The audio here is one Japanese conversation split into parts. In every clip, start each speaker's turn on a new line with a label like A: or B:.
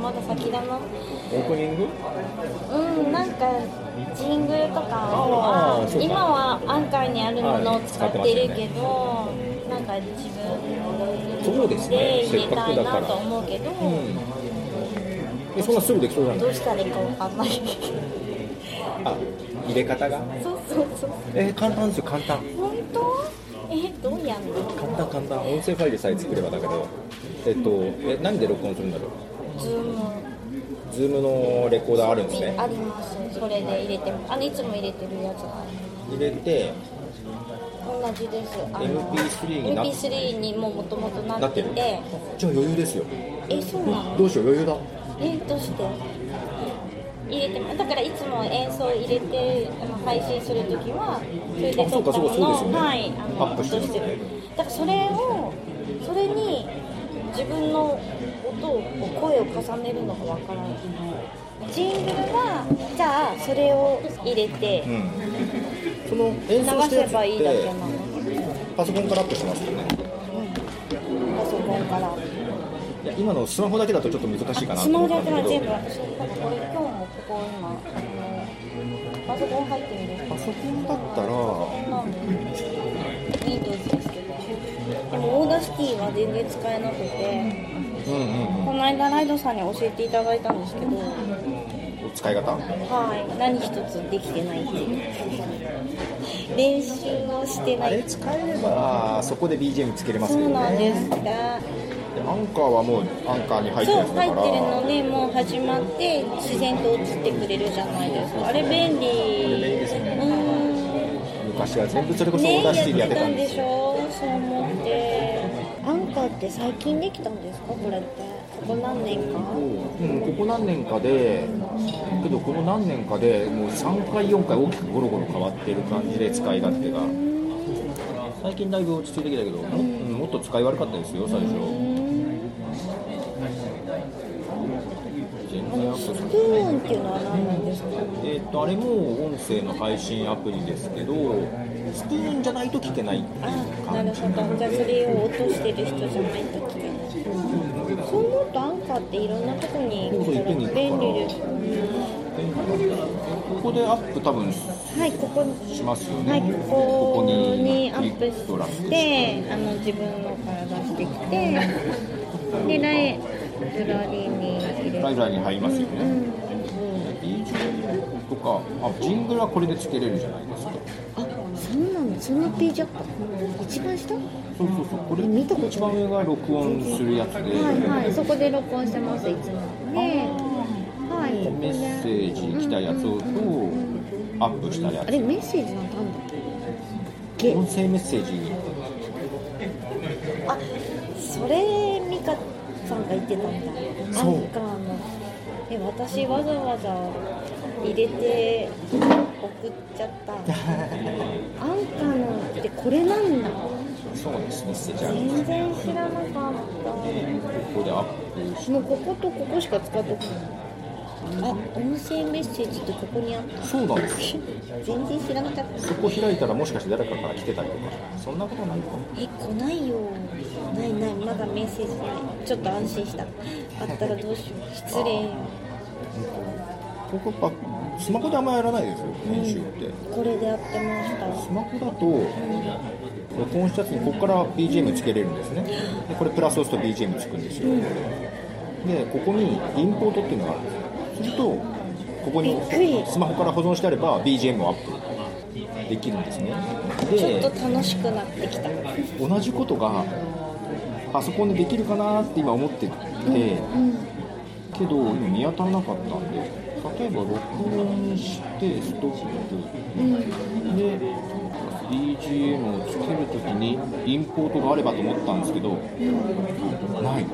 A: まだ先だな
B: オープニング
A: うんなんかジングルとか
B: あ
A: は
B: ーそうか
A: 今はアンカーにあるものを使ってるけど、なんか自
B: そうです
A: 分
B: ね
A: で入れたいな
B: せっかくだから
A: と思うけど、
B: うんでそんなすぐできそうじゃな
A: ど
B: いう
A: したらいいかわかんない
B: あ入れ方が
A: そうそうそう
B: えー簡単ですよ簡単
A: 本当えどうやんの
B: 簡単簡単音声ファイルさえ作ればだけどえっとえ何で録音するんだろう
A: ズーム
B: ズームのレコーダーあるんですね
A: ありますそれで入れてもあのいつも入れてるやつが
B: 入れて
A: 同じですあの
B: MP3 にな
A: MP3 にももともとな
B: なっ
A: ってて
B: る
A: て
B: じゃあ余裕ですよ
A: えそうなの
B: どうしよう余裕だ
A: えどうして入れてもだからいつも演奏入れてあの配信するときはそれで
B: あそ
A: 撮
B: う
A: っ
B: か
A: た
B: そう
A: も
B: か
A: の
B: そうですよ
A: を
B: ね
A: はいあの
B: アップしてる
A: 落とだからそれをそれに自分の音を声を重ねるのがわからないジングルはじゃあそれを入れて
B: うんその
A: 流
B: 演奏して
A: せ
B: る
A: ばいいだけなの、
B: パソコンからアップしますよ
A: う
B: ね
A: ん、パソコンから
B: いや今のスマホだけだとちょっと難しいかな
A: ス
B: と
A: マ
B: 思
A: ホで
B: った
A: や
B: ん
A: っ
B: だ
A: て
B: け
A: るのは全部私
B: ど
A: なんかこれ今日もここ今あのパソコン入ってるんです
B: パソコンだったら
A: なんで Windows ですけどでもオーダーシティは全然使えなくて
B: うんうん
A: この間ライドさんに教えていただいたんですけど
B: うん使い方
A: はい何一つできてないっていう練習をしてな
B: あれ
A: い
B: 使えればそこで BGM つけれます
A: そ
B: けど
A: う
B: ね
A: なんですが
B: でアンカーはもうアンカーに入ってる
A: そ
B: や
A: う
B: つだ
A: 入
B: か
A: っ
B: ら
A: てるのねもう始まって自然と映ってくれるじゃないですかあれ便利
B: 便利ですね
A: うん
B: 昔は全部それこそオー
A: ね
B: ダーシティでや
A: やってて
B: った
A: た
B: ん
A: ん
B: で
A: ですし
B: よ
A: ょそう思ってアンカーって最近できたんですかこれってここ何年か
B: うん、ここ何年かで、けどこの何年かで、もう3回、4回、大きくゴロゴロ変わってる感じで、使い勝手が、最近だいぶ落ち着いてきたけど、も,、うん、もっと使い悪かったですよ、最初。全然アップ
A: プーンっていうのは何なんですか
B: えーっとあれも音声の配信アプリですけど、スプーンじゃないと聞けないっていう
A: あな
B: 感
A: る
B: じ
A: ほどじゃあそれを落としてる人じゃないと聞けないそう思うとアンカーっていろんなとこに行ったら便利ですよね
B: ここでアップ、多分し
A: はいここ
B: ますよね、
A: はい、ここにアップ
B: クリッと楽
A: して、あの自分のから出してきて、で、ライブラリーに入れ
B: ライ
A: て、
B: ブラリに入りますよ
A: う
B: ね、
A: ん、
B: BGM とかあジングルはこれでつけれるじゃないですか
A: あ、そんなの、そんなページあった一番下は
B: そうそうそうこれ
A: 見たことない
B: 一番上が録音するやつで、
A: いはい、そこで録音してます、いつも。で、はい、ここ
B: メ
A: で
B: ッセージ来たやつをとアップしたや
A: あ
B: つ
A: れ、メッセージなんてあんだっけ
B: 音声メッセージ
A: あ、それ、ミカさんが言ってたんだ。ア
B: そう
A: ンカーの。え、私わざわざ入れて送っちゃ った。アンカーのってこれなんだ。
B: そうですメッセージある
A: 全然知らなかっ。
B: ここでアップした
A: もうこことここしか使っとくない。あ、音声メッセージってここにあった。
B: てそうなんです
A: 全然知らなかった。
B: そこ開いたらもしかして誰かから来てたりとかそんなことないか
A: え、来ないよ。ないない、まだメッセージない。ちょっと安心した。あったらどうしよう。失礼よ。
B: 僕やっぱスマホであんまやらないですよ編集って、
A: これでやってました。
B: スマホだと録音したやつにここから BGM つけれるんですねでこれプラス押すと BGM つくんですよでここにインポートっていうのがあるんですよするとここに
A: びっくり
B: スマホから保存してあれば BGM をアップできるんですね
A: ちょっ
B: で
A: と楽しくなってきた。
B: 同じことがパソコンでできるかなって今思ってて、けど今見当たらなかったんで例えば録音してストップ、で BGM をつけるときにインポートがあればと思ったんですけど、ない、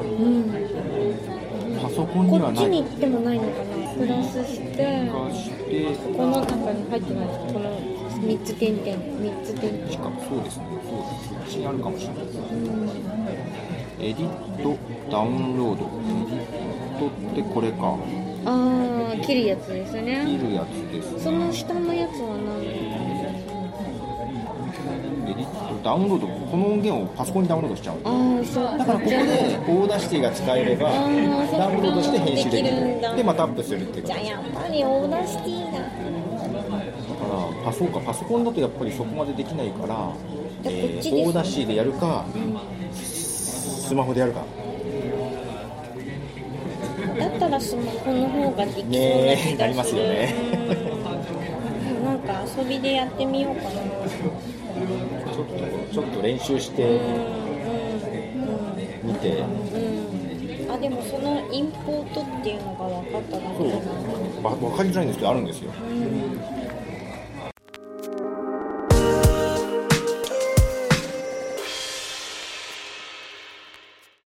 B: パソコンに
A: こ
B: は
A: っ
B: な
A: ち
B: い
A: に行ってもないのかな。プラスして、
B: がして
A: この中に入ってないです。この三つ点々、三つ点々。
B: しかもそうですねそうですこっちにあるかもしれないですエディットダウンロードエディットってこれか
A: ああ、切るやつです
B: 見
A: ね。
B: るやつです
A: その下のやつは何だ
B: エディットダウンロードこの音源をパソコンにダウンロードしちゃう
A: あーそう
B: だからここでオーダーシティが使えれば
A: ー
B: ダウンロードして編集でき
A: できるんだ
B: るでまたアップするっていう
A: じゃあ
B: 形だ
A: やっ
B: か
A: ぱりオーダーシティだ
B: らパソコンパソコンだとやっぱりそこまでできないか
A: じ
B: ら、
A: ゃあこ
B: え
A: っちです
B: ーオーダーシティでやるかスマホでやるか
A: だったらスマホの方ができそうな
B: ね
A: 気
B: えなり
A: が
B: ますす
A: る
B: よね
A: うんなんか遊びでやってみようかな
B: ちょっとちょっと練習し
A: うん
B: て
A: う
B: みて
A: んうんあでもそのインポートっていうのが分かっただけ
B: そう
A: だな
B: わ分かりづらいんですけどあるんですよ
A: うん